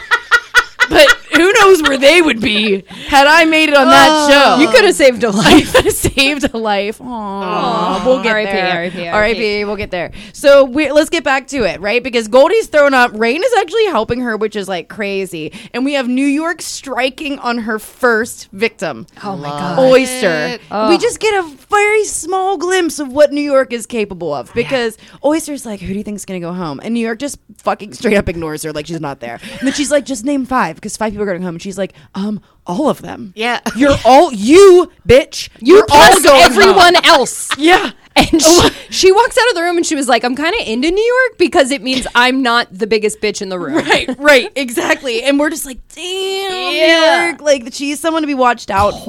S4: but who knows where they would be had I made it on that show.
S2: Oh. You could have saved a life.
S4: could have saved a life. Aww. We'll get
S2: R.I.P.,
S4: there.
S2: R.I.P.,
S4: R.I.P. We'll get there. So we, let's get back to it, right? Because Goldie's thrown up. Rain is actually helping her, which is like crazy. And we have New York striking on her first victim.
S2: Oh my god.
S4: Oyster.
S3: it.
S4: We just get a very small glimpse of what New York is capable of because Oyster's like, who do you think's gonna go home? And New York just fucking straight up ignores her like she's not there. And then she's like, just name five because five people are going home. And she's like, um, all of them.
S3: Yeah.
S4: you're all you, bitch.
S2: You
S4: You're all
S2: plus
S4: going home."
S2: everyone else.
S4: Yeah.
S2: And she, she walks out of the room and she was like, I'm kind of into New York because it means I'm not the biggest bitch in the room.
S4: Right, right, exactly. And we're just like, damn,
S2: Yeah.
S4: New York. Like, she's someone to be watched out
S2: Cold.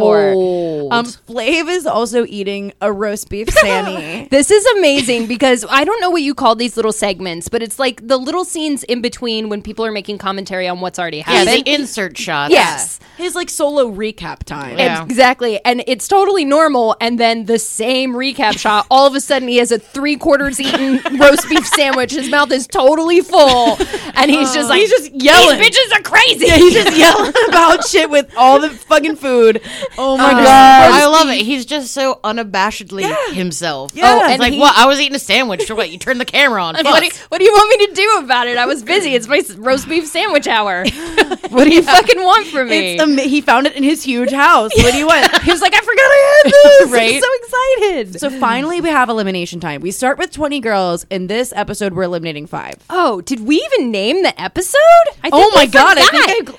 S4: for. Um, Flav is also eating a roast beef Sammy.
S2: This is amazing because I don't know what you call these little segments, but it's like the little scenes in between when people are making commentary on what's already
S3: Yeah,
S2: happened.
S3: the insert shots.
S2: Yes.
S4: His like solo recap time.
S3: Yeah.
S2: Exactly. And it's totally normal. And then the same recap shot, all of a sudden he has a three quarters eaten roast beef sandwich. His mouth is totally full. And he's just like,
S4: He's just yelling.
S2: These bitches are crazy.
S4: He's just yelling about shit with all the fucking food. Oh my god!
S3: I love it. He's just so unabashedly himself.
S4: Yeah.
S3: Oh, it's
S4: And
S3: like,
S4: he-
S3: what? I was eating a sandwich. What? You turned the camera on.
S2: what, do,
S3: Fuck.
S2: what do you want me to do about it? I was busy. It's my s- roast beef sandwich hour. what do you fucking want from me?
S4: It's ama- he found it in his huge house. What do you want?
S2: he was like, I forgot I had this.
S4: Right?
S2: I'm so excited.
S4: so finally, we have elimination time. We start with twenty girls. In this episode, we're eliminating five.
S2: oh, did we even name the episode? I
S4: Oh my
S2: we
S4: God, I
S2: forgot.
S4: think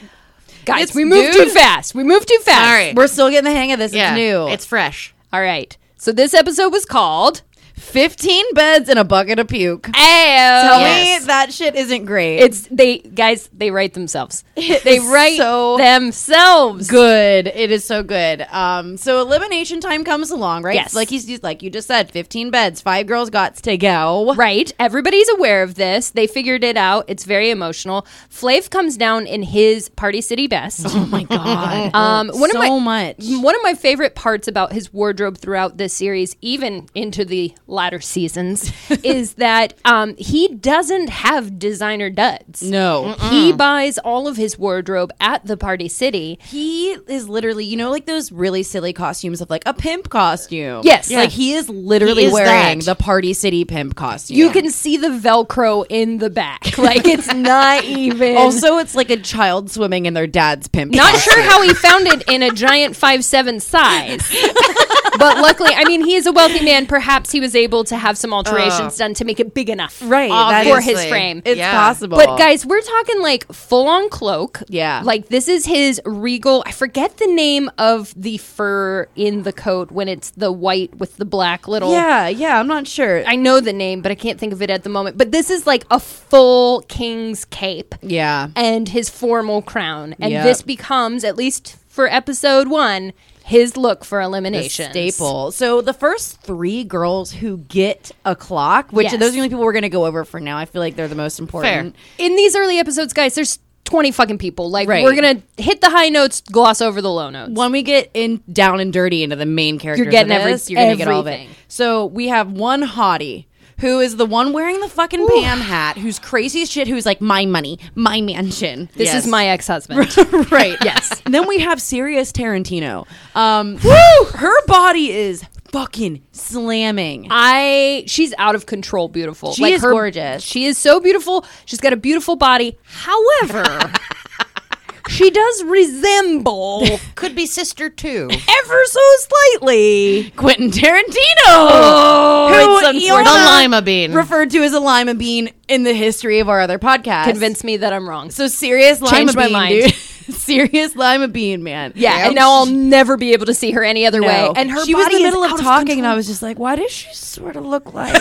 S2: Guys,
S4: It's-
S2: we moved
S4: dude.
S2: too fast. We moved too fast.
S3: Sorry.
S4: We're still getting the hang of this.
S3: Yeah.
S4: It's new.
S3: It's fresh.
S2: All right. So this episode was called
S4: fifteen beds and a bucket of puke. Tell
S2: Ayo.
S3: Yes.
S4: me that shit isn't great.
S2: It's they guys, they write themselves. They
S4: is
S2: write
S4: so
S2: themselves.
S4: good. It is so good. Um, so elimination time comes along, right?
S2: Yes.
S4: Like he's, he's- like you just said, fifteen beds, five girls got to go.
S2: Right. Everybody's aware of this. They figured it out. It's very emotional. Flav comes down in his Party City best.
S4: Oh my god.
S2: Um, one
S4: so
S2: of my
S4: much.
S2: one of my favorite parts about his wardrobe throughout this series, even into the latter seasons, is that um, he doesn't have designer duds.
S4: No. Mm.
S2: He buys all of his wardrobe at the Party City.
S4: He is literally, you know, like those really silly costumes of like a pimp costume.
S2: Yes.
S4: Like he is literally
S3: He is
S4: wearing
S3: that.
S4: the Party City pimp costume.
S2: You can see the Velcro in the back. Like it's not even.
S4: also, it's like a child swimming in their dad's pimp.
S2: Not
S4: costume.
S2: sure how he found it in a giant five seven size. but luckily, I mean, he is a wealthy man. Perhaps he was able to have some alterations done to make it big enough.
S4: Oh. Right. that
S2: For
S4: is-
S2: his
S3: Obviously.
S2: frame.
S4: It's
S3: Yeah.
S4: possible.
S2: But guys, we're talking like full on cloak.
S4: Yeah.
S2: Like this is his regal. I forget the name of the fur in the coat when it's the white with the black little.
S4: Yeah, yeah, I'm not sure.
S2: I know the name, but I can't think of it at the moment. But this is like a full king's cape
S4: yeah.
S2: and his formal crown. And
S4: Yep.
S2: this becomes, at least for episode one, his look for
S4: a
S2: elimination.
S4: staple. So the first three girls who get a clock, which
S2: Yes.
S4: those are the only people we're going to go over for now. I feel like they're the most important.
S2: In these early episodes, guys, there's 20 fucking people. Like,
S4: Right.
S2: we're going to hit the high notes, gloss over the low notes.
S4: When we get in down and dirty into the main characters,
S2: getting
S4: of
S2: every-
S4: this, you're going to get all of it.
S2: everything.
S4: So we have one hottie who is the one wearing the fucking Pam hat, who's crazy as shit, who's like, my money, my mansion.
S2: This
S3: Yes.
S2: is my ex husband.
S4: right.
S2: Yes.
S4: And then we have Sirius Tarantino. Um, Her body is fucking slamming.
S2: I she's out of control beautiful.
S4: She is gorgeous.
S2: She is so beautiful. She's got a beautiful body. However, she does resemble
S3: Could be sister too.
S2: ever so slightly.
S4: Quentin Tarantino,
S2: Oh,
S4: who
S2: it's
S4: Iona
S2: unfortunate.
S3: The lima bean.
S4: referred to as a lima bean in the history of our other podcast.
S2: Convince me that I'm wrong.
S4: So serious lima
S2: Changed my
S4: bean,
S2: mind.
S4: dude. serious lima bean, man.
S2: yeah, and now I'll never be able to see her any other way.
S4: No.
S2: And her
S4: she was in
S2: body is
S4: the middle of
S2: out
S4: talking, and
S2: control.
S4: I was just like, "Why does she sort of look like?"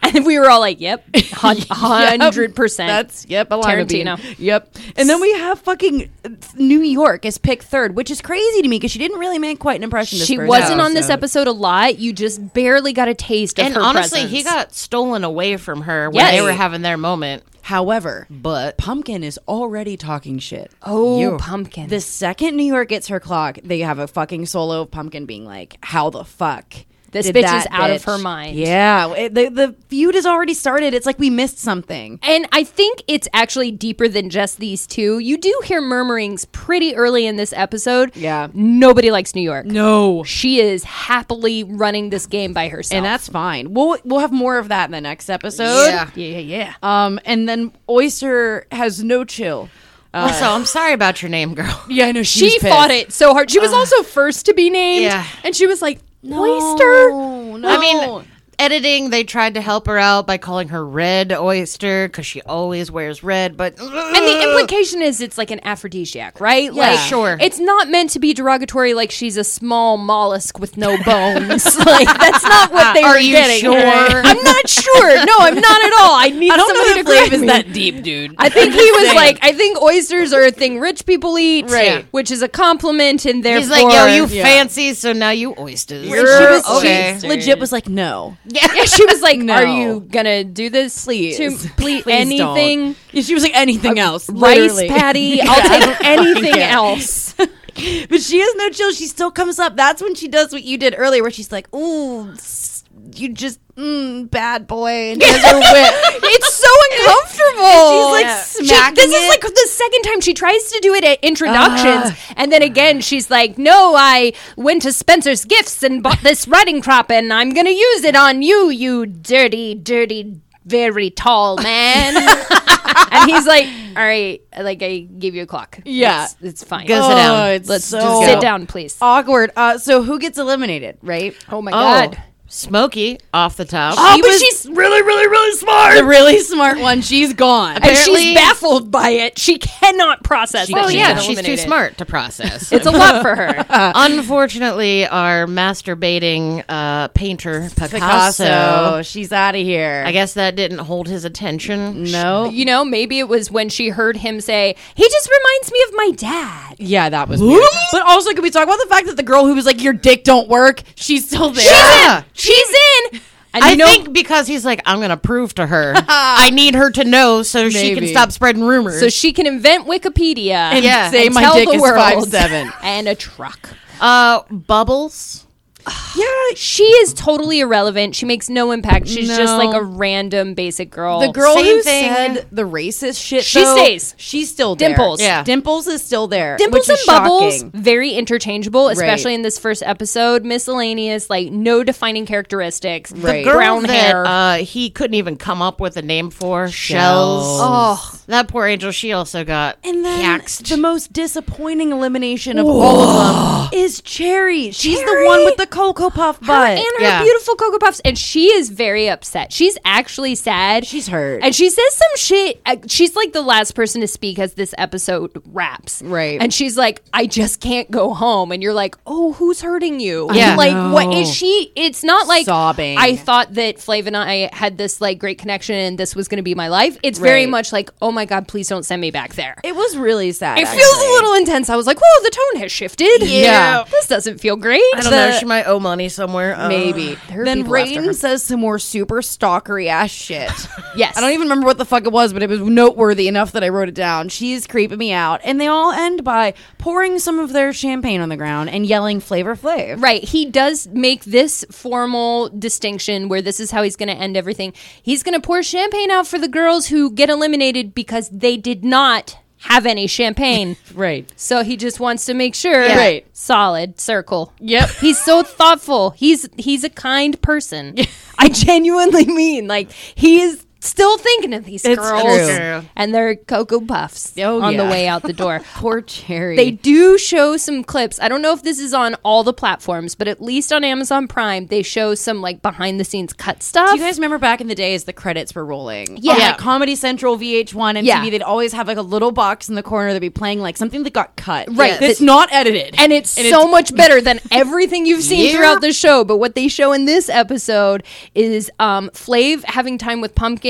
S2: and we were all like, "Yep, hundred percent."
S4: That's yep, a lima bean.
S2: Tarantino.
S4: Yep. And then we have fucking uh, New York is picked third, which is crazy to me because she didn't really make quite an impression. This
S2: She
S4: first
S2: wasn't on this
S4: episode.
S2: episode a lot. You just barely got a taste of
S3: and
S2: her
S3: honestly,
S2: presence.
S3: he got stolen away from her when
S2: Yes.
S3: they were having their moment.
S4: However,
S3: But
S4: Pumpkin is already talking shit.
S2: oh pumpkin.
S4: The second New York gets her clock, they have a fucking solo of Pumpkin being like, "How the fuck."
S2: This
S4: did
S2: bitch
S4: that
S2: is out of
S4: bitch-"
S2: her mind.
S4: Yeah, it- the the feud has already started. It's like we missed something.
S2: And I think it's actually deeper than just these two. You do hear murmurings pretty early in this episode.
S4: Yeah.
S2: Nobody likes New York.
S4: No,
S2: She is happily running this game by herself.
S4: and that's fine. We'll we'll have more of that in the next episode.
S3: Yeah.
S2: yeah, yeah.
S4: Um, and then Oyster has no chill.
S3: also, Oh, I'm sorry about your name, girl.
S4: Yeah, I know
S2: She fought it so hard. She was
S4: Ah.
S2: also first to be named.
S3: Yeah.
S2: And she was like, Oyster.
S4: No,
S3: I mean, editing, they tried to help her out by calling her Red Oyster because she always wears red, but.
S2: And the implication is it's like an aphrodisiac, right?
S3: Yeah.
S2: like,
S3: Sure.
S2: It's not meant to be derogatory, like she's a small mollusk with no bones. like that's not what they
S3: Are
S2: were
S3: you
S2: getting.
S3: sure?
S2: I'm not sure. No, I'm not at all. I need
S4: I don't
S2: somebody
S4: know if
S2: to correct
S4: Leif is
S2: me.
S4: that deep, dude.
S2: I think he was like, I think oysters are a thing rich people eat,
S3: Right.
S2: Which is a compliment, and therefore
S3: He's like, yo, you fancy, so now you oysters.
S4: she
S2: You're
S4: was
S3: okay.
S4: she legit was like, no,
S2: Yeah, she was like,
S4: No.
S2: "Are you gonna do this?
S4: please,
S2: to,
S4: please
S2: please anything, Uh,
S4: don't. Yeah, she was like anything else, literally.
S2: rice patty. I'll take anything else."
S4: But she has no chill. She still comes up. That's when she does what you did earlier, where she's like, "Ooh, s- you just mm, bad boy," and she has her whip.
S2: It's so uncomfortable.
S4: And she's, like, smacking
S2: She, this is
S4: it.
S2: like the second time she tries to do it at introductions, and then again she's like, "No, I went to Spencer's Gifts and bought this riding crop, and I'm gonna use it on you, you dirty, dirty, very tall man." and he's like, "All right, like I gave you a clock.
S4: Yeah.
S2: it's, it's fine.
S3: Go sit down.
S4: Oh, it's
S2: Let's
S4: so
S2: just Oh, sit down, please."
S4: Awkward. Uh, so who gets eliminated? Right?
S2: Oh my
S3: Oh,
S2: god.
S3: Smokey off the top.
S2: Oh,
S4: He
S2: but
S4: was-
S2: she's really, really, really
S4: The
S2: smart.
S4: really smart one. She's gone.
S2: And
S3: Apparently-
S2: she's baffled by it. She cannot process. that
S3: Well,
S2: she's
S3: Oh, yeah,
S2: been
S3: she's too
S2: eliminated.
S3: smart to process. Uh,
S2: It's a lot for her.
S3: Uh-huh. Unfortunately, our masturbating uh, painter Picasso,
S4: Picasso. She's out of here.
S3: I guess that didn't hold his attention.
S4: no.
S2: You know, maybe it was when she heard him say, "He just reminds me of my dad."
S4: Yeah, that was weird. But also, can we talk about the fact that the girl who was like, "Your dick don't work," she's still there.
S3: Yeah.
S2: She's in. And
S3: I
S2: you know,
S3: think because he's like, I'm going to prove to her. I need her to know so she can
S4: Maybe.
S3: stop spreading rumors.
S2: so she can invent Wikipedia and
S3: Yeah.
S4: Say
S2: and
S4: my
S2: tell
S4: dick
S2: the
S4: is
S2: world
S4: five seven.
S2: and a truck.
S3: uh, Bubbles.
S2: Yeah, she is totally irrelevant. She makes no impact. She's just
S3: No.
S2: like a random basic girl.
S4: The girl
S3: Same
S4: who
S3: thing.
S4: said the racist shit.
S2: She
S4: though,
S2: stays.
S4: She's still there.
S2: Dimples.
S3: Yeah.
S4: Dimples is still there.
S2: Dimples
S4: which
S2: and
S4: is
S2: bubbles
S4: shocking.
S2: very interchangeable, especially
S4: Right.
S2: in this first episode. Miscellaneous, like no defining characteristics.
S4: Right.
S3: Girl
S2: Brown
S3: that,
S2: hair.
S3: Uh, he couldn't even come up with a name for. Shells.
S2: Oh.
S3: That poor angel. She also got
S4: And then
S3: yaxed.
S4: the most disappointing elimination of all of them is Cherry. She's the one with the cocoa puff
S2: her
S4: butt.
S2: and her
S3: Yeah.
S2: beautiful cocoa puffs and she is very upset she's actually sad
S4: She's hurt.
S2: and she says some shit uh, she's like the last person to speak as this episode wraps
S4: Right.
S2: and she's like i just can't go home and you're like oh who's hurting you
S3: Yeah.
S2: like what
S4: know.
S2: is she it's not like
S4: Sobbing.
S2: i thought that flav and i had this like great connection and this was going to be my life it's very
S4: Right.
S2: much like oh my my God, please don't send me back there.
S4: It was really sad.
S2: It feels
S4: actually.
S2: a little intense. I was like, whoa, the tone has shifted.
S3: Yeah.
S2: This doesn't feel great.
S3: I don't know. She might owe money somewhere. Uh,
S4: Maybe.
S2: there are
S4: then
S2: people after her.
S4: Raiden says some more super stalkery ass shit.
S2: Yes.
S4: I don't even remember what the fuck it was, but it was noteworthy enough that I wrote it down. She's creeping me out. And they all end by pouring some of their champagne on the ground and yelling flavor flav.
S2: Right. He does make this formal distinction where this is how he's going to end everything. He's going to pour champagne out for the girls who get eliminated because they did not have any champagne.
S4: Right.
S2: So he just wants to make sure
S4: Yeah. Right.
S2: solid circle.
S4: Yep.
S2: He's so thoughtful. He's he's a kind person. I genuinely mean like he is still thinking of these
S4: It's
S2: girls
S4: true.
S2: and their cocoa puffs
S4: Oh,
S2: on the
S4: yeah.
S2: way out the door.
S4: Poor Cherry.
S2: They do show some clips. I don't know if this is on all the platforms, but at least on Amazon Prime, they show some like behind the scenes cut stuff.
S4: Do you guys remember back in the days the credits were rolling?
S2: Yeah.
S4: On, like, Comedy Central, VH1, and
S2: Yeah.
S4: TV, they'd always have like a little box in the corner that'd be playing like something that got cut.
S2: Right.
S4: That's not edited.
S2: and it's so much better than everything you've seen throughout the show. But what they show in this episode is um, Flav having time with Pumpkin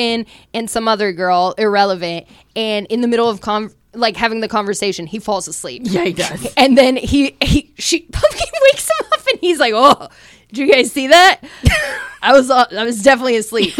S2: and some other girl, irrelevant, and in the middle of con like having the conversation, he falls asleep.
S4: Yeah, he does.
S2: And then he he she Pumpkin wakes him up and he's like, "Oh, did you guys see that? I was uh, I was definitely asleep."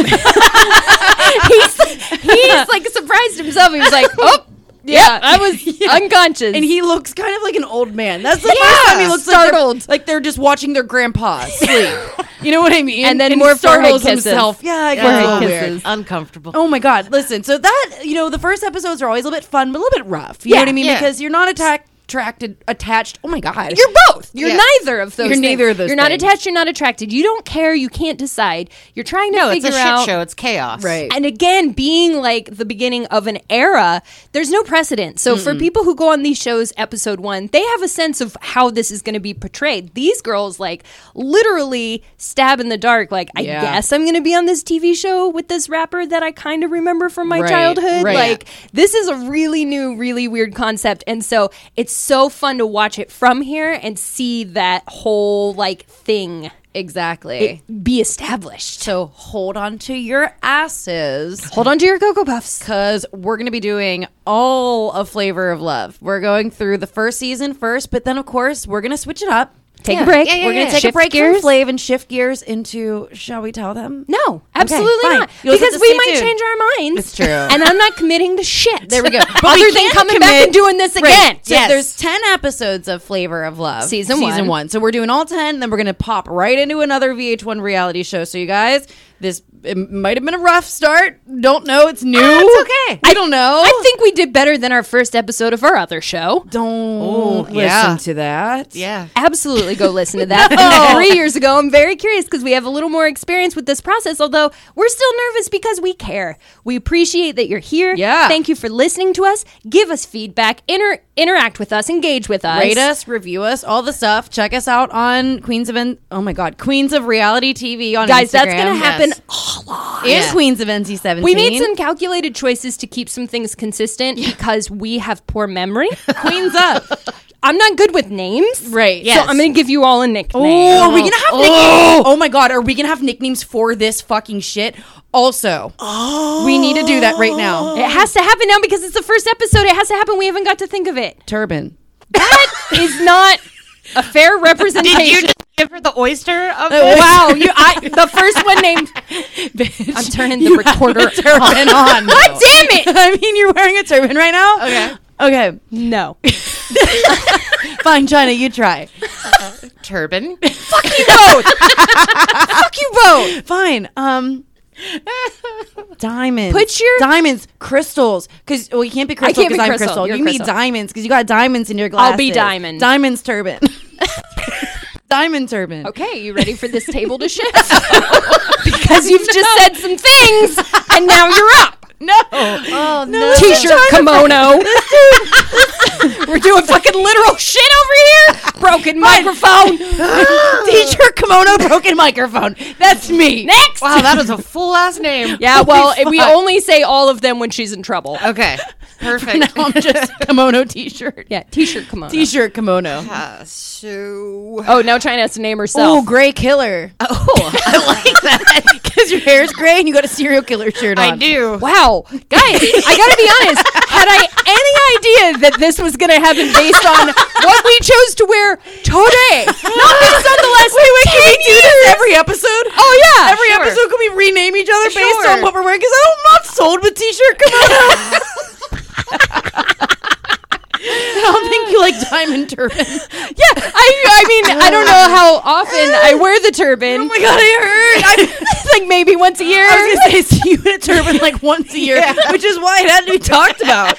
S2: he's he's like surprised himself. He was like, "Oh, yeah, I was unconscious."
S4: And he looks kind of like an old man. That's the
S2: Yeah.
S4: first time he looks like they're-
S2: Startled.
S4: Like they're, just watching their grandpa sleep. you know what I mean?
S2: And then
S4: he
S2: more forehead
S4: startles
S2: kisses.
S4: himself. Yeah, I
S2: Forehead
S4: guess.
S2: kisses.
S4: Oh, Weird.
S3: Uncomfortable.
S4: Oh my god! Listen, so that you know, the first episodes are always a little bit fun, but a little bit rough. You
S2: Yeah,
S4: know what I mean?
S3: yeah.
S4: Because you're not attacked, attracted, attached. Oh my god!
S2: You're both. You're
S3: Yeah.
S2: neither of those.
S4: You're
S2: things.
S4: neither of those
S2: You're not
S4: things.
S2: attached. You're not attracted. You don't care. You can't decide. You're trying to
S3: No, it's
S2: figure
S3: a shit
S2: out.
S3: show. It's chaos.
S4: Right.
S2: And again, being like the beginning of an era, there's no precedent. So for people who go on these shows, episode one, they have a sense of how this is going to be portrayed. These girls, like, literally stab in the dark. Like, I
S4: Yeah.
S2: guess I'm going to be on this TV show with this rapper that I kind of remember from my
S4: Right,
S2: childhood.
S4: right.
S2: Like, this is a really new, really weird concept. And so it's so fun to watch it from here and see that whole, like, thing
S4: exactly.
S2: be established.
S4: so hold on to your asses.
S2: Hold on to your Cocoa Puffs.
S4: Because we're going to be doing all of Flavor of Love. We're going through the first season first, but then, of course, we're going to switch it up.
S2: Take a break.
S3: Yeah, yeah,
S4: We're going
S3: yeah.
S4: to take
S2: Shift
S4: a break
S2: gears?
S4: from Flav and shift gears into, shall we tell them?
S2: No,
S4: Okay,
S2: absolutely
S4: fine.
S2: not.
S4: You'll just have
S2: because
S4: to
S2: we
S4: stay
S2: might
S4: tuned.
S2: change our minds.
S4: It's true.
S2: And I'm not committing to shit.
S4: There we go. But
S2: Other
S4: we
S2: than
S4: can
S2: coming back
S4: commit-
S2: and doing this again.
S4: So
S2: Yes.
S4: there's 10 episodes of Flavor of Love.
S2: Season one.
S4: Season one. So we're doing all 10, then we're going to pop right into another VH1 reality show. So you guys, this it might have been a rough start. Don't know. It's new.
S3: it's okay.
S4: I don't know.
S2: I think we did better than our first episode of our other show.
S4: Don't listen
S3: yeah.
S4: to that.
S3: Yeah.
S2: Absolutely go listen to that. From Three years ago. I'm very curious because we have a little more experience with this process, although we're still nervous because we care. We appreciate that you're here.
S4: Yeah.
S2: Thank you for listening to us. Give us feedback, inter- interact with us, engage with us.
S4: Rate us, review us, all the stuff. Check us out on Queens of N- Oh my God, Queens of Reality TV on
S2: Guys,
S4: Instagram.
S2: that's going to happen
S3: Yes.
S4: And Queens of NC Seventeen.
S2: We made some calculated choices to keep some things consistent because we have poor memory.
S4: Queens up.
S2: I'm not good with names.
S4: Right.
S2: So I'm going to give you all a nickname.
S4: Oh, are we gonna have nicknames? Oh my god, are we gonna have nicknames for this fucking shit? Also, we need to do that right now.
S2: It has to happen now because it's the first episode. It has to happen. We haven't got to think of it.
S4: Turban.
S2: That is not a fair representation.
S3: Did you just give her the oyster? Of this?
S2: wow. You, I, the first one named. I'm turning the recorder
S4: Turban on.
S2: God damn it.
S4: I mean, you're wearing a turban right now. Okay. Okay.
S2: No.
S4: Fine, China. You try.
S3: Turban.
S4: Fuck you both. Fine. Um. Diamonds.
S2: Put your-
S4: diamonds, crystals, because well, you can't be crystal
S2: can't be
S4: because I'm
S2: crystal.
S4: crystal.
S2: You're
S4: You need
S2: crystal.
S4: diamonds because you got diamonds in your glasses.
S2: I'll be diamond.
S4: Diamonds turban. diamond turban.
S2: Okay, you ready for this table to shift? because you've just said some things and now you're up.
S4: No.
S3: Oh no.
S2: T-shirt, kimono. We're doing fucking literal shit over here. Broken microphone.
S4: T-shirt, kimono, broken microphone. That's me.
S2: Next.
S3: Wow, Oh, that was a full ass name.
S2: Yeah, well,
S4: Holy
S2: we
S4: fuck.
S2: only say all of them when she's in trouble.
S3: Okay. Perfect.
S4: I'm just kimono T-shirt.
S2: Yeah, T-shirt, kimono.
S4: T-shirt, kimono.
S3: Uh, so
S2: Oh, now China has to name
S4: Oh,
S2: herself.
S4: gray killer.
S3: I like that.
S5: because your hair is gray and you got a serial killer shirt on.
S3: I do.
S2: Wow, guys, I gotta be honest. Had I any idea that this was gonna happen based on what we chose to wear today, not based on the last wait, wait,
S4: Can we do this every episode?
S2: Oh yeah,
S4: every
S2: Sure.
S4: episode, can we rename each other based
S3: Sure.
S4: on what we're wearing? Because I'm not sold with t-shirt. Come on.
S5: I don't think you like diamond turban.
S2: Yeah, I, I mean, I don't know how often I wear the turban. Oh my god, I hurt. like maybe once a year.
S5: I was gonna say see you in a turban like once a year, which is why it had to be talked about.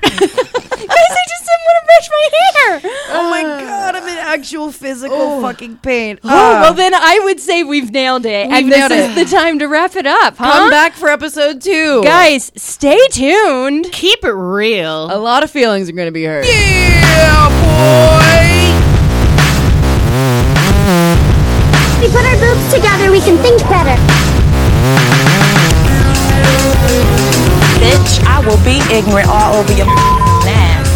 S2: Guys, I just didn't want to brush my hair.
S4: oh my god, I'm in actual physical fucking pain. Ah.
S2: oh well, then I would say we've nailed it, and this
S5: nailed
S2: is the time to wrap it up, huh?
S4: come back for episode two.
S2: guys. Stay tuned.
S3: Keep it real.
S4: a lot of feelings are going to be hurt.
S6: If we put our boobs together, we can think better.
S7: bitch, I will be ignorant all over your ass.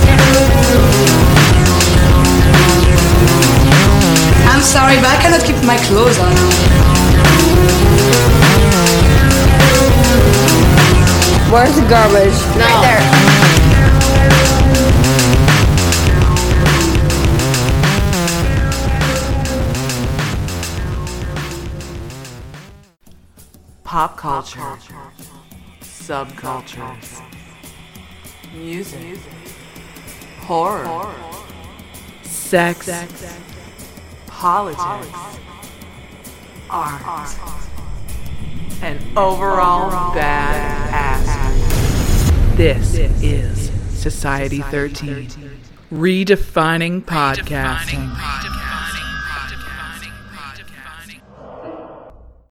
S1: I'm sorry, but I cannot keep my clothes on now.
S8: Where's the garbage? Right there.
S9: pop culture, subcultures, music, horror, sex, politics, art, and overall bad ass. This is Society 13, redefining podcasting.